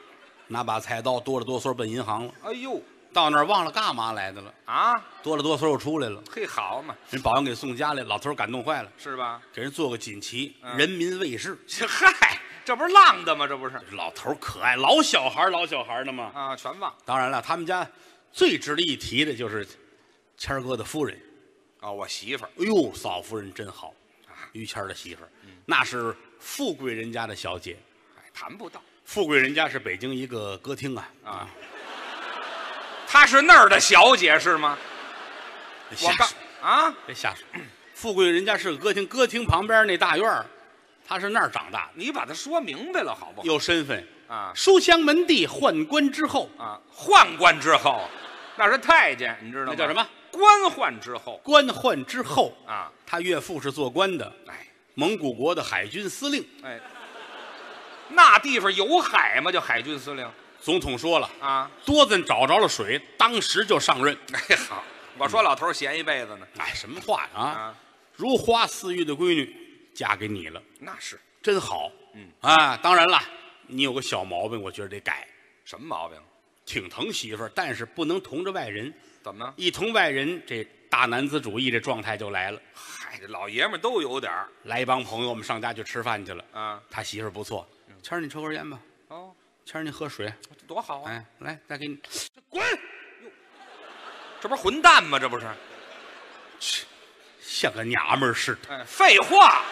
Speaker 1: 拿把菜刀哆里哆嗦奔银行了，
Speaker 2: 哎呦
Speaker 1: 到那儿忘了干嘛来的了，
Speaker 2: 啊，
Speaker 1: 哆里哆嗦又出来了，
Speaker 2: 嘿，好嘛，
Speaker 1: 人保安给送家来，老头儿感动坏了，
Speaker 2: 是吧？
Speaker 1: 给人做个锦旗，
Speaker 2: 嗯
Speaker 1: 人民卫士。
Speaker 2: 这嗨，这不是浪的吗？这不是
Speaker 1: 老头儿可爱，老小孩儿老小孩儿的嘛。
Speaker 2: 啊，全忘
Speaker 1: 当然了，他们家最值得一提的就是谦儿哥的夫人。
Speaker 2: 啊，我媳妇儿
Speaker 1: 哎呦，嫂夫人真好，于谦儿的媳妇儿，那是富贵人家的小姐。
Speaker 2: 哎，谈不到，
Speaker 1: 富贵人家是北京一个歌厅啊
Speaker 2: 啊她是那儿的小姐是吗？
Speaker 1: 别
Speaker 2: 我
Speaker 1: 瞎
Speaker 2: 刚
Speaker 1: 说，
Speaker 2: 啊，
Speaker 1: 别瞎说。富贵人家是个歌厅，歌厅旁边那大院儿，他是那儿长大的，
Speaker 2: 你把它说明白了好不好？
Speaker 1: 有身份。
Speaker 2: 啊
Speaker 1: 书香门第，宦官之后，
Speaker 2: 啊，宦官之后，那是太监，你知道吗？
Speaker 1: 那叫什么？
Speaker 2: 官宦之后
Speaker 1: 官宦之后，
Speaker 2: 啊，
Speaker 1: 他岳父是做官的，
Speaker 2: 哎
Speaker 1: 蒙古国的海军司令。
Speaker 2: 哎，那地方有海吗？就海军司令
Speaker 1: 总统说了，
Speaker 2: 啊。
Speaker 1: 多咱找着了水，当时就上任。
Speaker 2: 哎好，我说老头儿闲一辈子呢
Speaker 1: 哎，什么话呀啊！
Speaker 2: 啊，
Speaker 1: 如花似玉的闺女嫁给你了，
Speaker 2: 那是
Speaker 1: 真好。
Speaker 2: 嗯
Speaker 1: 啊，当然了，你有个小毛病，我觉得得改，
Speaker 2: 什么毛病？啊
Speaker 1: 挺疼媳妇儿，但是不能同着外人。
Speaker 2: 怎么？
Speaker 1: 一同外人，这大男子主义这状态就来了。
Speaker 2: 嗨，这老爷们儿都有点儿
Speaker 1: 来一帮朋友，我们上家去吃饭去了。
Speaker 2: 啊。
Speaker 1: 他媳妇儿不错，谦儿你抽根烟吧，
Speaker 2: 哦，
Speaker 1: 谦儿你喝水，
Speaker 2: 多好啊！
Speaker 1: 哎，来再给你，
Speaker 2: 滚！这不是混蛋吗？这不是？
Speaker 1: 像个娘们儿似的。
Speaker 2: 哎，废话，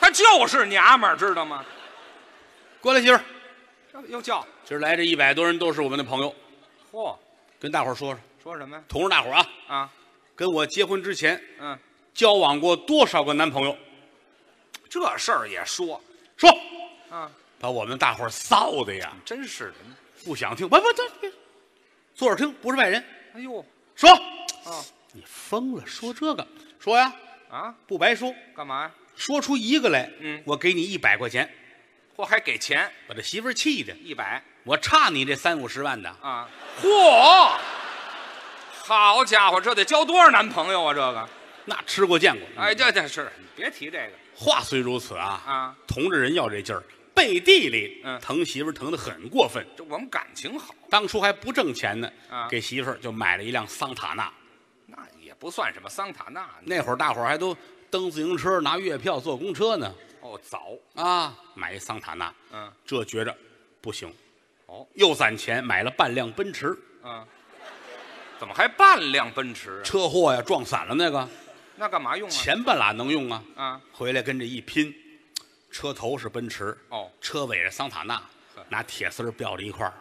Speaker 2: 他就是娘们儿，知道吗？
Speaker 1: 过来，媳妇儿，
Speaker 2: 又叫
Speaker 1: 今儿来这一百多人都是我们的朋友，
Speaker 2: 嚯、
Speaker 1: 跟大伙儿说说，
Speaker 2: 说什么呀？
Speaker 1: 同着大伙儿啊，
Speaker 2: 啊，
Speaker 1: 跟我结婚之前
Speaker 2: 嗯，
Speaker 1: 交往过多少个男朋友？
Speaker 2: 这事儿也说
Speaker 1: 说，
Speaker 2: 啊，
Speaker 1: 把我们大伙儿臊的呀，
Speaker 2: 真是的。
Speaker 1: 不想听，不不不，坐着听，不是外人。
Speaker 2: 哎呦，
Speaker 1: 说，
Speaker 2: 啊
Speaker 1: 你疯了，说这个，说呀，
Speaker 2: 啊，
Speaker 1: 不白说，
Speaker 2: 干嘛呀？
Speaker 1: 说出一个来，
Speaker 2: 嗯
Speaker 1: 我给你一百块钱，
Speaker 2: 嚯，还给钱
Speaker 1: 把这媳妇儿气的，
Speaker 2: 一百
Speaker 1: 我差你这三五十万的，
Speaker 2: 啊？嚯，好家伙，这得交多少男朋友啊？这个，
Speaker 1: 那吃过见过。
Speaker 2: 哎，，这这是你别提这个
Speaker 1: 话虽如此啊，
Speaker 2: 啊，
Speaker 1: 同着人要这劲儿，背地里，
Speaker 2: 嗯
Speaker 1: 疼媳妇儿疼得很过分。
Speaker 2: 这我们感情好，
Speaker 1: 当初还不挣钱呢，
Speaker 2: 啊
Speaker 1: 给媳妇儿就买了一辆桑塔纳。
Speaker 2: 那也不算什么桑塔纳，
Speaker 1: 那会儿大伙儿还都蹬自行车、拿月票、坐公车呢，
Speaker 2: 哦，早，
Speaker 1: 啊，买一桑塔纳，
Speaker 2: 嗯，
Speaker 1: 这觉着不行，
Speaker 2: 哦，
Speaker 1: 又攒钱买了半辆奔驰，
Speaker 2: 嗯，怎么还半辆奔驰啊？
Speaker 1: 车祸呀撞散了那个，
Speaker 2: 那干嘛用啊？
Speaker 1: 前半拉能用啊，
Speaker 2: 啊，
Speaker 1: 回来跟这一拼，车头是奔驰，
Speaker 2: 哦，
Speaker 1: 车尾是桑塔纳
Speaker 2: 呵，
Speaker 1: 拿铁丝儿吊着一块儿，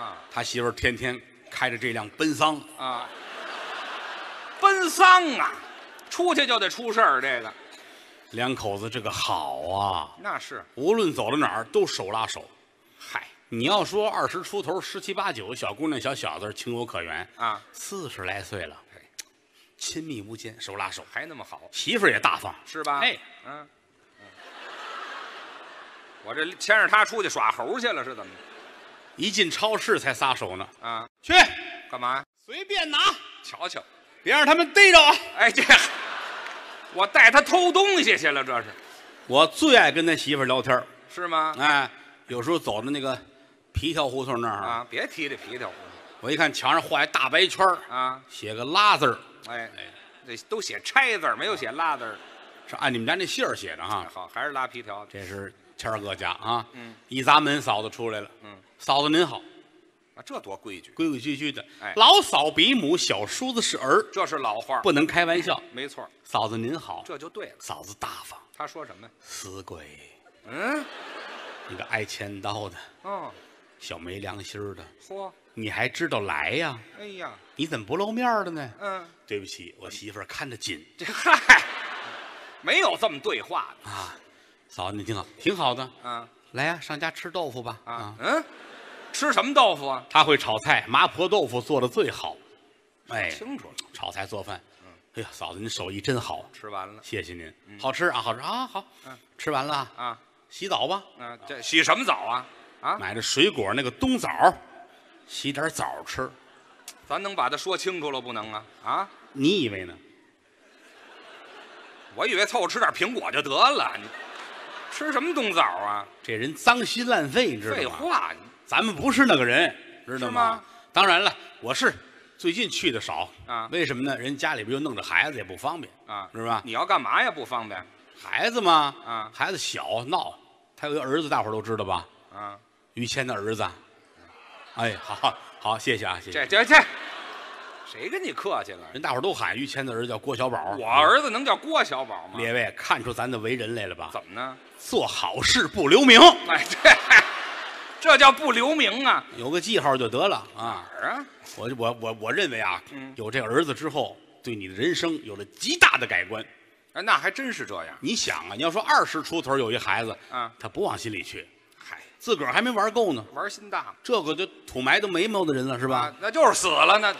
Speaker 2: 啊
Speaker 1: 他媳妇儿天天开着这辆奔桑，
Speaker 2: 啊，奔丧啊，出去就得出事儿，这个
Speaker 1: 两口子这个好啊，
Speaker 2: 那是，
Speaker 1: 无论走到哪儿都手拉手。
Speaker 2: 嗨
Speaker 1: 你要说二十出头、十七八九小姑娘、小小子儿情有可原，
Speaker 2: 啊，
Speaker 1: 四十来岁了
Speaker 2: 哎，
Speaker 1: 亲密无间，手拉手，
Speaker 2: 还那么好，
Speaker 1: 媳妇儿也大方。
Speaker 2: 是吧？
Speaker 1: 哎，
Speaker 2: 嗯、嗯我这牵着他出去耍猴去了，是怎么的
Speaker 1: 一进超市才撒手呢，
Speaker 2: 啊？
Speaker 1: 去
Speaker 2: 干嘛？
Speaker 1: 随便拿，
Speaker 2: 瞧瞧，
Speaker 1: 别让他们逮着啊！
Speaker 2: 哎，这我带他偷东西去了，这是
Speaker 1: 我最爱跟他媳妇儿聊天儿
Speaker 2: 是吗？
Speaker 1: 哎，有时候走到那个皮条胡同那儿，
Speaker 2: 啊，别提这皮条了
Speaker 1: 我一看墙上画一大白圈儿
Speaker 2: 啊！
Speaker 1: 写个拉字儿，
Speaker 2: 哎
Speaker 1: 哎，
Speaker 2: 这都写拆字儿，没有写拉字儿。
Speaker 1: 是按你们家那姓儿写的哈。
Speaker 2: 好，还是拉皮条。
Speaker 1: 这是谦儿哥家啊，
Speaker 2: 啊嗯，
Speaker 1: 一砸门，嫂子出来了，
Speaker 2: 嗯，
Speaker 1: 嫂子您好，
Speaker 2: 啊，这多规矩，
Speaker 1: 规规矩矩的，
Speaker 2: 哎
Speaker 1: 老嫂比母，小叔子是儿，
Speaker 2: 这是老话儿，
Speaker 1: 不能开玩笑。
Speaker 2: 没错儿，
Speaker 1: 嫂子您好，
Speaker 2: 这就对了。
Speaker 1: 嫂子大方，
Speaker 2: 他说什么呀？
Speaker 1: 死鬼，
Speaker 2: 嗯，
Speaker 1: 你个挨千刀的
Speaker 2: 哦，
Speaker 1: 小没良心儿的，
Speaker 2: 嚯，
Speaker 1: 你还知道来呀？
Speaker 2: 哎呀，
Speaker 1: 你怎么不露面儿的呢？
Speaker 2: 嗯，
Speaker 1: 对不起，我媳妇儿看得紧
Speaker 2: 这嗨，没有这么对话的
Speaker 1: 啊。嫂子你挺好，挺好的，
Speaker 2: 啊
Speaker 1: 来呀、上家吃豆腐吧
Speaker 2: 啊，嗯，吃什么豆腐啊？
Speaker 1: 他会炒菜，麻婆豆腐做的最好。哎，
Speaker 2: 清楚了，
Speaker 1: 炒菜做饭，
Speaker 2: 嗯
Speaker 1: 哎呀，嫂子您手艺真好，
Speaker 2: 吃完了
Speaker 1: 谢谢您，好吃啊，好吃啊，好，吃完了啊，
Speaker 2: 嗯啊
Speaker 1: 洗澡吧，
Speaker 2: 啊，这洗什么澡啊？啊，
Speaker 1: 买的水果那个冬枣，洗点枣吃。
Speaker 2: 咱能把它说清楚了不能啊？啊，
Speaker 1: 你以为呢？
Speaker 2: 我以为凑合吃点苹果就得了，你吃什么冬枣啊？
Speaker 1: 这人脏心烂肺，你知
Speaker 2: 废
Speaker 1: 道吗？
Speaker 2: 话，
Speaker 1: 咱们不是那个人，知道
Speaker 2: 是吗
Speaker 1: 当然了，我是最近去的少
Speaker 2: 啊
Speaker 1: 为什么呢？人家里边又弄着孩子，也不方便
Speaker 2: 啊
Speaker 1: 是吧？
Speaker 2: 你要干嘛呀？不方便
Speaker 1: 孩子嘛，
Speaker 2: 啊
Speaker 1: 孩子小闹，他有一儿子，大伙儿都知道吧？
Speaker 2: 啊？
Speaker 1: 于谦的儿子。哎，好好，谢谢啊，谢
Speaker 2: 这
Speaker 1: 谢。
Speaker 2: 这这，谁跟你客气了？
Speaker 1: 人大伙儿都喊于谦的儿子叫郭小宝，
Speaker 2: 我儿子能叫郭小宝吗？
Speaker 1: 列位看出咱的为人来了吧？
Speaker 2: 怎么呢？
Speaker 1: 做好事不留名，
Speaker 2: 哎， 这这叫不留名啊！
Speaker 1: 有个记号就得了啊
Speaker 2: 哪！儿啊？
Speaker 1: 我我我我认为啊
Speaker 2: 嗯，
Speaker 1: 有这儿子之后，对你的人生有了极大的改观。
Speaker 2: 哎，那还真是这样。
Speaker 1: 你想啊，你要说二十出头有一孩子，
Speaker 2: 啊
Speaker 1: 他不往心里去，
Speaker 2: 嗨，
Speaker 1: 自个儿还没玩够呢，
Speaker 2: 玩心大
Speaker 1: 这个就土埋都眉毛的人了，是吧
Speaker 2: 啊？，那就是死了，那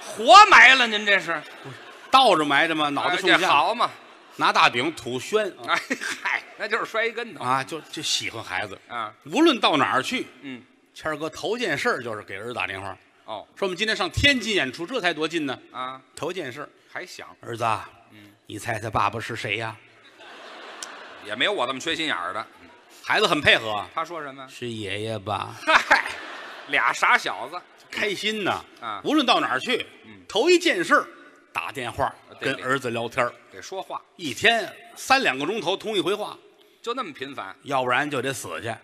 Speaker 2: 活埋了。您这是
Speaker 1: 倒着埋着嘛，脑袋
Speaker 2: 哎
Speaker 1: 冲
Speaker 2: 这
Speaker 1: 下，
Speaker 2: 好嘛？
Speaker 1: 拿大饼土宣啊
Speaker 2: 哎嗨，那就是摔一跟头
Speaker 1: 啊，就就喜欢孩子。
Speaker 2: 啊。
Speaker 1: 无论到哪儿去，
Speaker 2: 嗯，
Speaker 1: 谦儿哥头件事儿就是给儿子打电话，
Speaker 2: 哦
Speaker 1: 说我们今天上天津演出，这才多近呢。
Speaker 2: 啊，
Speaker 1: 头件事儿，
Speaker 2: 还想
Speaker 1: 儿子，啊
Speaker 2: 嗯
Speaker 1: 你猜猜爸爸是谁呀？
Speaker 2: 也没有我这么缺心眼儿的。嗯
Speaker 1: 孩子很配合啊，
Speaker 2: 他说什么？
Speaker 1: 是爷爷吧？
Speaker 2: 嗨，俩傻小子
Speaker 1: 开心呐！
Speaker 2: 啊嗯
Speaker 1: 无论到哪儿去，头一件事儿打电话
Speaker 2: 啊对
Speaker 1: 跟儿子聊天儿，
Speaker 2: 得说话，
Speaker 1: 一天三两个钟头通一回话，
Speaker 2: 就那么频繁，
Speaker 1: 要不然就得死去。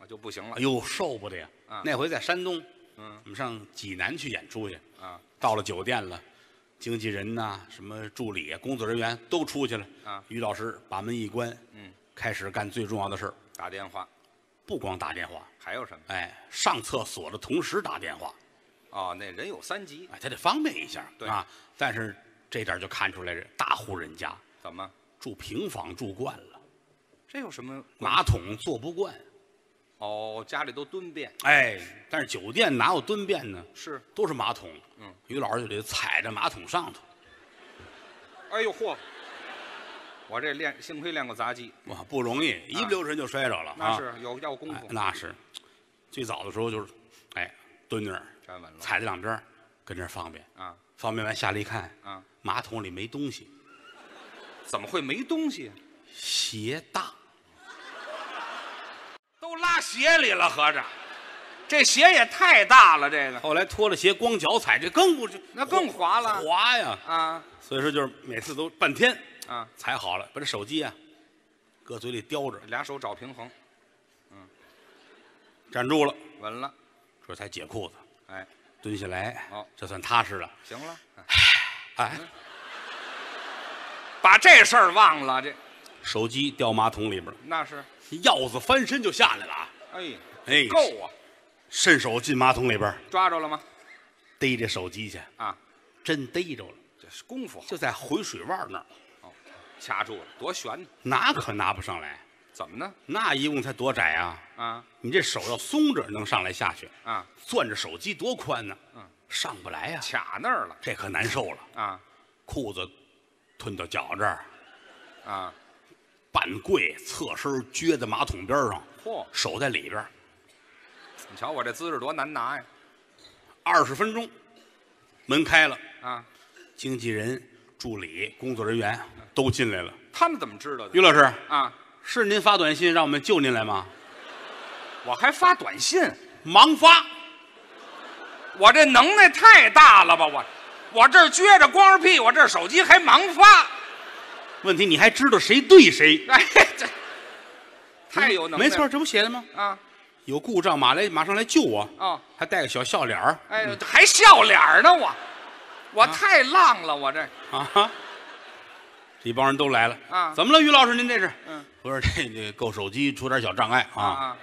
Speaker 2: 我就不行了
Speaker 1: 哎。呦，受不得呀
Speaker 2: 啊！
Speaker 1: 那回在山东，
Speaker 2: 嗯
Speaker 1: 我们上济南去演出去，
Speaker 2: 啊
Speaker 1: 到了酒店了，经纪人呐、什么助理啊、工作人员都出去了。
Speaker 2: 啊
Speaker 1: 于老师把门一关，
Speaker 2: 嗯，
Speaker 1: 开始干最重要的事儿，
Speaker 2: 打电话
Speaker 1: 不光打电话，
Speaker 2: 还有什么？
Speaker 1: 哎，上厕所的同时打电话，
Speaker 2: 哦，那人有三急，
Speaker 1: 哎，他得方便一下，
Speaker 2: 对
Speaker 1: 啊。但是这点就看出来，这大户人家
Speaker 2: 怎么？
Speaker 1: 住平房住惯了，
Speaker 2: 这有什么？
Speaker 1: 马桶坐不惯，
Speaker 2: 哦，家里都蹲便
Speaker 1: 哎，但是酒店哪有蹲便呢？
Speaker 2: 是。
Speaker 1: 都是马桶，
Speaker 2: 嗯，
Speaker 1: 于老师就得踩着马桶上头。
Speaker 2: 哎呦嚯！我这练，幸亏练过杂技，
Speaker 1: 哇，不容易，一不留神就摔着了
Speaker 2: 那
Speaker 1: 啊！
Speaker 2: 是有要功
Speaker 1: 哎
Speaker 2: 夫，
Speaker 1: 那是，最早的时候就是，哎，蹲那儿
Speaker 2: 站稳了
Speaker 1: 踩着两边儿，跟那儿方便，
Speaker 2: 啊
Speaker 1: 方便完下来一看，
Speaker 2: 啊！
Speaker 1: 马桶里没东西，
Speaker 2: 怎么会没东西？
Speaker 1: 鞋大，
Speaker 2: 都拉鞋里了，合着这鞋也太大了，这个
Speaker 1: 后来脱了鞋光脚踩，这更不
Speaker 2: 那更滑了
Speaker 1: 滑呀！
Speaker 2: 啊
Speaker 1: 所以说就是每次都半天
Speaker 2: 啊！
Speaker 1: 踩好了，把这手机啊，搁嘴里叼着，
Speaker 2: 俩手找平衡，
Speaker 1: 站住了，
Speaker 2: 稳了，
Speaker 1: 这才解裤子，
Speaker 2: 哎，
Speaker 1: 蹲下来，
Speaker 2: 好
Speaker 1: 这算踏实了。
Speaker 2: 行了，哎
Speaker 1: 哎，
Speaker 2: 把这事儿忘了，这
Speaker 1: 手机掉马桶里边，
Speaker 2: 那是，
Speaker 1: 鹞子翻身就下来了啊！
Speaker 2: 哎，
Speaker 1: 哎，
Speaker 2: 够啊，
Speaker 1: 伸手进马桶里边，
Speaker 2: 抓着了吗？
Speaker 1: 逮着手机去，
Speaker 2: 啊，
Speaker 1: 真逮着了，
Speaker 2: 这是功夫好，
Speaker 1: 就在回水腕那儿，
Speaker 2: 哦掐住了，多悬呢，
Speaker 1: 拿可拿不上来，
Speaker 2: 怎么呢？
Speaker 1: 那一共才多窄啊！
Speaker 2: 啊
Speaker 1: 你这手要松着，能上来下去，
Speaker 2: 啊，
Speaker 1: 攥着手机多宽呢，
Speaker 2: 嗯，
Speaker 1: 上不来呀、
Speaker 2: 卡那儿了，
Speaker 1: 这可难受了。
Speaker 2: 啊
Speaker 1: 裤子吞到脚这儿，
Speaker 2: 啊，
Speaker 1: 半跪，侧身撅在马桶边上，
Speaker 2: 嚯，
Speaker 1: 手在里边儿，
Speaker 2: 你瞧我这姿势多难拿呀，
Speaker 1: 二十分钟，门开了，
Speaker 2: 啊，
Speaker 1: 经纪人、助理、工作人员都进来了。
Speaker 2: 他们怎么知道的？
Speaker 1: 于老师，
Speaker 2: 啊，
Speaker 1: 是您发短信让我们救您来吗？
Speaker 2: 我还发短信。
Speaker 1: 忙发，
Speaker 2: 我这能耐太大了吧？我，我这儿撅着光着屁股，我这儿手机还盲发，
Speaker 1: 问题你还知道谁对谁？
Speaker 2: 哎，这太有能耐
Speaker 1: 没
Speaker 2: 了。
Speaker 1: 错，这不写的吗？
Speaker 2: 啊，
Speaker 1: 有故障，马来马上来救我。
Speaker 2: 哦，
Speaker 1: 还带个小笑脸儿
Speaker 2: 哎呦，还笑脸儿呢我，我太浪了，我这
Speaker 1: 啊哈！这帮人都来了
Speaker 2: 啊
Speaker 1: 怎么了，于老师？您这是？
Speaker 2: 嗯，
Speaker 1: 不是这这够手机出点小障碍啊。
Speaker 2: 啊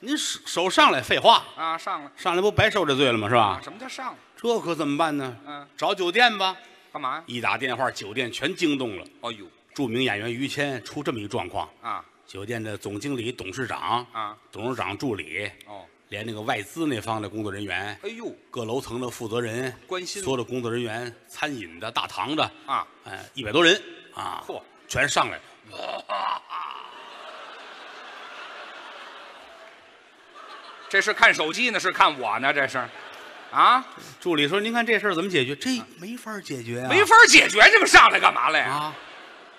Speaker 1: 您手手上来，废话，
Speaker 2: 啊上了
Speaker 1: 上来不白受这罪了吗？是吧
Speaker 2: 啊？什么叫上了？
Speaker 1: 这可怎么办呢？
Speaker 2: 嗯，
Speaker 1: 找酒店吧。
Speaker 2: 干嘛呀？
Speaker 1: 一打电话，酒店全惊动了。
Speaker 2: 哦呦
Speaker 1: 著名演员于谦出这么一状况，
Speaker 2: 啊
Speaker 1: 酒店的总经理、董事长、
Speaker 2: 啊
Speaker 1: 董事长助理，
Speaker 2: 哦，
Speaker 1: 连那个外资那方的工作人员，
Speaker 2: 哎呦
Speaker 1: 各楼层的负责人，
Speaker 2: 关心
Speaker 1: 所有的工作人员、餐饮的、大堂的，
Speaker 2: 啊，
Speaker 1: 哎，一百多人啊，
Speaker 2: 嚯
Speaker 1: 全上来了。
Speaker 2: 这是看手机呢，是看我呢？这是，啊，
Speaker 1: 助理说：“您看这事儿怎么解决？这啊没法解决啊，
Speaker 2: 没法解决，这么上来干嘛来呀？
Speaker 1: 啊，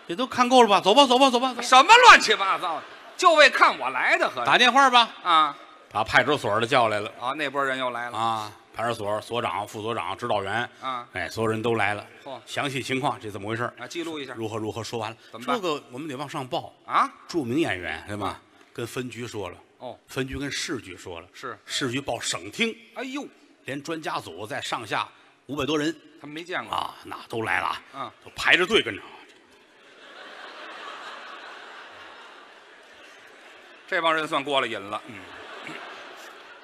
Speaker 1: 这都看够了吧？走吧，走吧，走吧，走吧
Speaker 2: 什么乱七八糟的，就为看我来的，合着
Speaker 1: 打电话吧。”
Speaker 2: 啊。
Speaker 1: 把派出所的叫来了
Speaker 2: 啊，那波人又来了。
Speaker 1: 啊，派出所所长、副所长、指导员
Speaker 2: 啊
Speaker 1: 哎，所有人都来了。
Speaker 2: 嚯
Speaker 1: 详细情况这怎么回事？
Speaker 2: 啊，记录一下
Speaker 1: 如何如何？说完了，
Speaker 2: 怎么办
Speaker 1: 这个我们得往上报。
Speaker 2: 啊。
Speaker 1: 著名演员对吧？跟分局说了，
Speaker 2: 哦，
Speaker 1: 分局跟市局说了，
Speaker 2: 是
Speaker 1: 市局报省厅，
Speaker 2: 哎呦，
Speaker 1: 连专家组在上下五百多人
Speaker 2: 他们没见过。
Speaker 1: 啊，那都来了啊，
Speaker 2: 啊
Speaker 1: 都排着队跟着。
Speaker 2: 这帮人算过了瘾了，嗯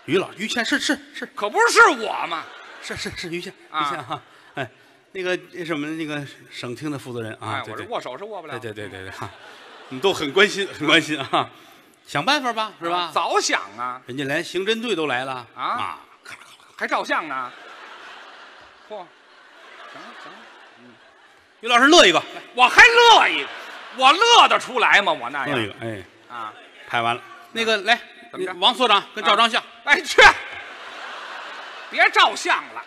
Speaker 1: 于老于谦是是是
Speaker 2: 可不是我嘛。
Speaker 1: 是是是于谦于
Speaker 2: 啊
Speaker 1: 谦哈，哎，那个那什么那个省厅的负责人啊，
Speaker 2: 哎，
Speaker 1: 对
Speaker 2: 我
Speaker 1: 对
Speaker 2: 这握手是握不了。
Speaker 1: 对对对对对， 哈你都很关心，很关心啊，想办法吧，是吧？
Speaker 2: 早想啊，
Speaker 1: 人家连刑侦队都来了
Speaker 2: 啊
Speaker 1: 啊！
Speaker 2: 还照相呢。嚯，行了行了，
Speaker 1: 于老师乐一个，
Speaker 2: 我还乐一个，我乐得出来吗？我那
Speaker 1: 乐一
Speaker 2: 样
Speaker 1: 个，哎，
Speaker 2: 啊，
Speaker 1: 拍完了，那个来，
Speaker 2: 怎么着
Speaker 1: 王所长跟照张相，
Speaker 2: 哎去，别照相了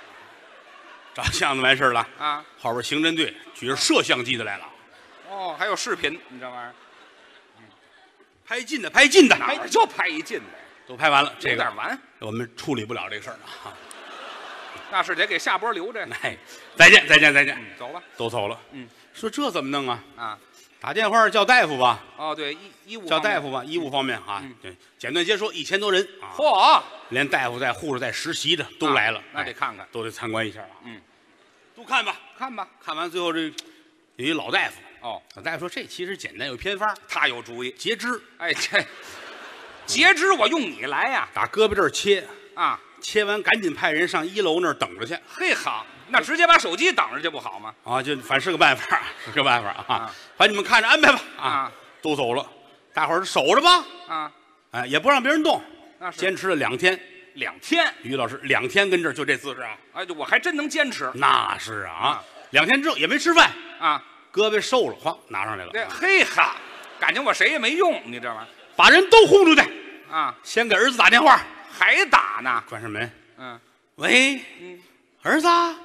Speaker 1: 照相就完事儿了。
Speaker 2: 啊。
Speaker 1: 后边刑侦队举着摄像机的来了，
Speaker 2: 哦，还有视频，你这玩意儿
Speaker 1: 拍近的，拍近的，
Speaker 2: 哪
Speaker 1: 拍
Speaker 2: 儿就拍一近的，
Speaker 1: 都拍完了，
Speaker 2: 有
Speaker 1: 哎这
Speaker 2: 点
Speaker 1: 个
Speaker 2: 完，
Speaker 1: 我们处理不了这个事儿啊。
Speaker 2: 那是得给下波留着。
Speaker 1: 哎，再见，再见，再见，
Speaker 2: 嗯，走吧。
Speaker 1: 都走了。
Speaker 2: 嗯，
Speaker 1: 说这怎么弄啊？
Speaker 2: 啊，
Speaker 1: 打电话叫大夫吧，
Speaker 2: 哦，对，医医务
Speaker 1: 叫
Speaker 2: 方面嗯
Speaker 1: 大夫吧，医务方面啊，对，简短截说，一千多人啊。
Speaker 2: 嚯，
Speaker 1: 连大夫带护士带实习的都来了
Speaker 2: 啊，那得
Speaker 1: 哎
Speaker 2: 看看
Speaker 1: 都得参观一下啊。
Speaker 2: 嗯，
Speaker 1: 都看吧。
Speaker 2: 看吧。
Speaker 1: 看完最后这有一老大夫，
Speaker 2: 哦，
Speaker 1: 老大夫说这其实简单有偏方，
Speaker 2: 他有主意。
Speaker 1: 截肢，
Speaker 2: 哎，这截肢我用你来呀、
Speaker 1: 打胳膊这儿切，
Speaker 2: 啊！
Speaker 1: 切完赶紧派人上一楼那儿等着去
Speaker 2: 嘿好，那直接把手机挡着就不好吗？
Speaker 1: 啊，就反正是个办法， 是个办法啊
Speaker 2: 啊。
Speaker 1: 反正你们看着安排吧啊
Speaker 2: 啊。
Speaker 1: 都走了，大伙儿守着吧，
Speaker 2: 啊，
Speaker 1: 哎，也不让别人动。
Speaker 2: 那是
Speaker 1: 坚持了两天，
Speaker 2: 两天，
Speaker 1: 于老师两天跟这儿就这姿势啊，
Speaker 2: 哎，我还真能坚持
Speaker 1: 那是啊，两天之后也没吃饭，
Speaker 2: 啊！
Speaker 1: 胳膊瘦了，哗拿上来了
Speaker 2: 这
Speaker 1: 啊，
Speaker 2: 嘿哈，感情我谁也没用，你这玩意
Speaker 1: 把人都轰出去。
Speaker 2: 儿啊，
Speaker 1: 先给儿子打电话，
Speaker 2: 还打呢？
Speaker 1: 关上门，
Speaker 2: 嗯，
Speaker 1: 喂，儿子啊，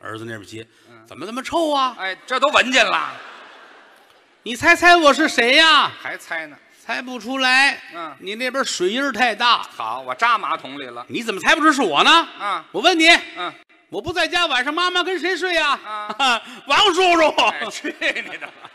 Speaker 1: 儿子那边接，
Speaker 2: 嗯
Speaker 1: 怎么这么臭啊？
Speaker 2: 哎，这都闻见了，
Speaker 1: 你猜猜我是谁呀、
Speaker 2: 还猜呢？
Speaker 1: 猜不出来，
Speaker 2: 嗯
Speaker 1: 你那边水印儿太大，
Speaker 2: 好，我扎马桶里了
Speaker 1: 你怎么猜不出是我呢？
Speaker 2: 啊！
Speaker 1: 我问你，
Speaker 2: 嗯，
Speaker 1: 我不在家，晚上妈妈跟谁睡呀、
Speaker 2: 啊
Speaker 1: 王叔叔，
Speaker 2: 哎哎，去你的吧！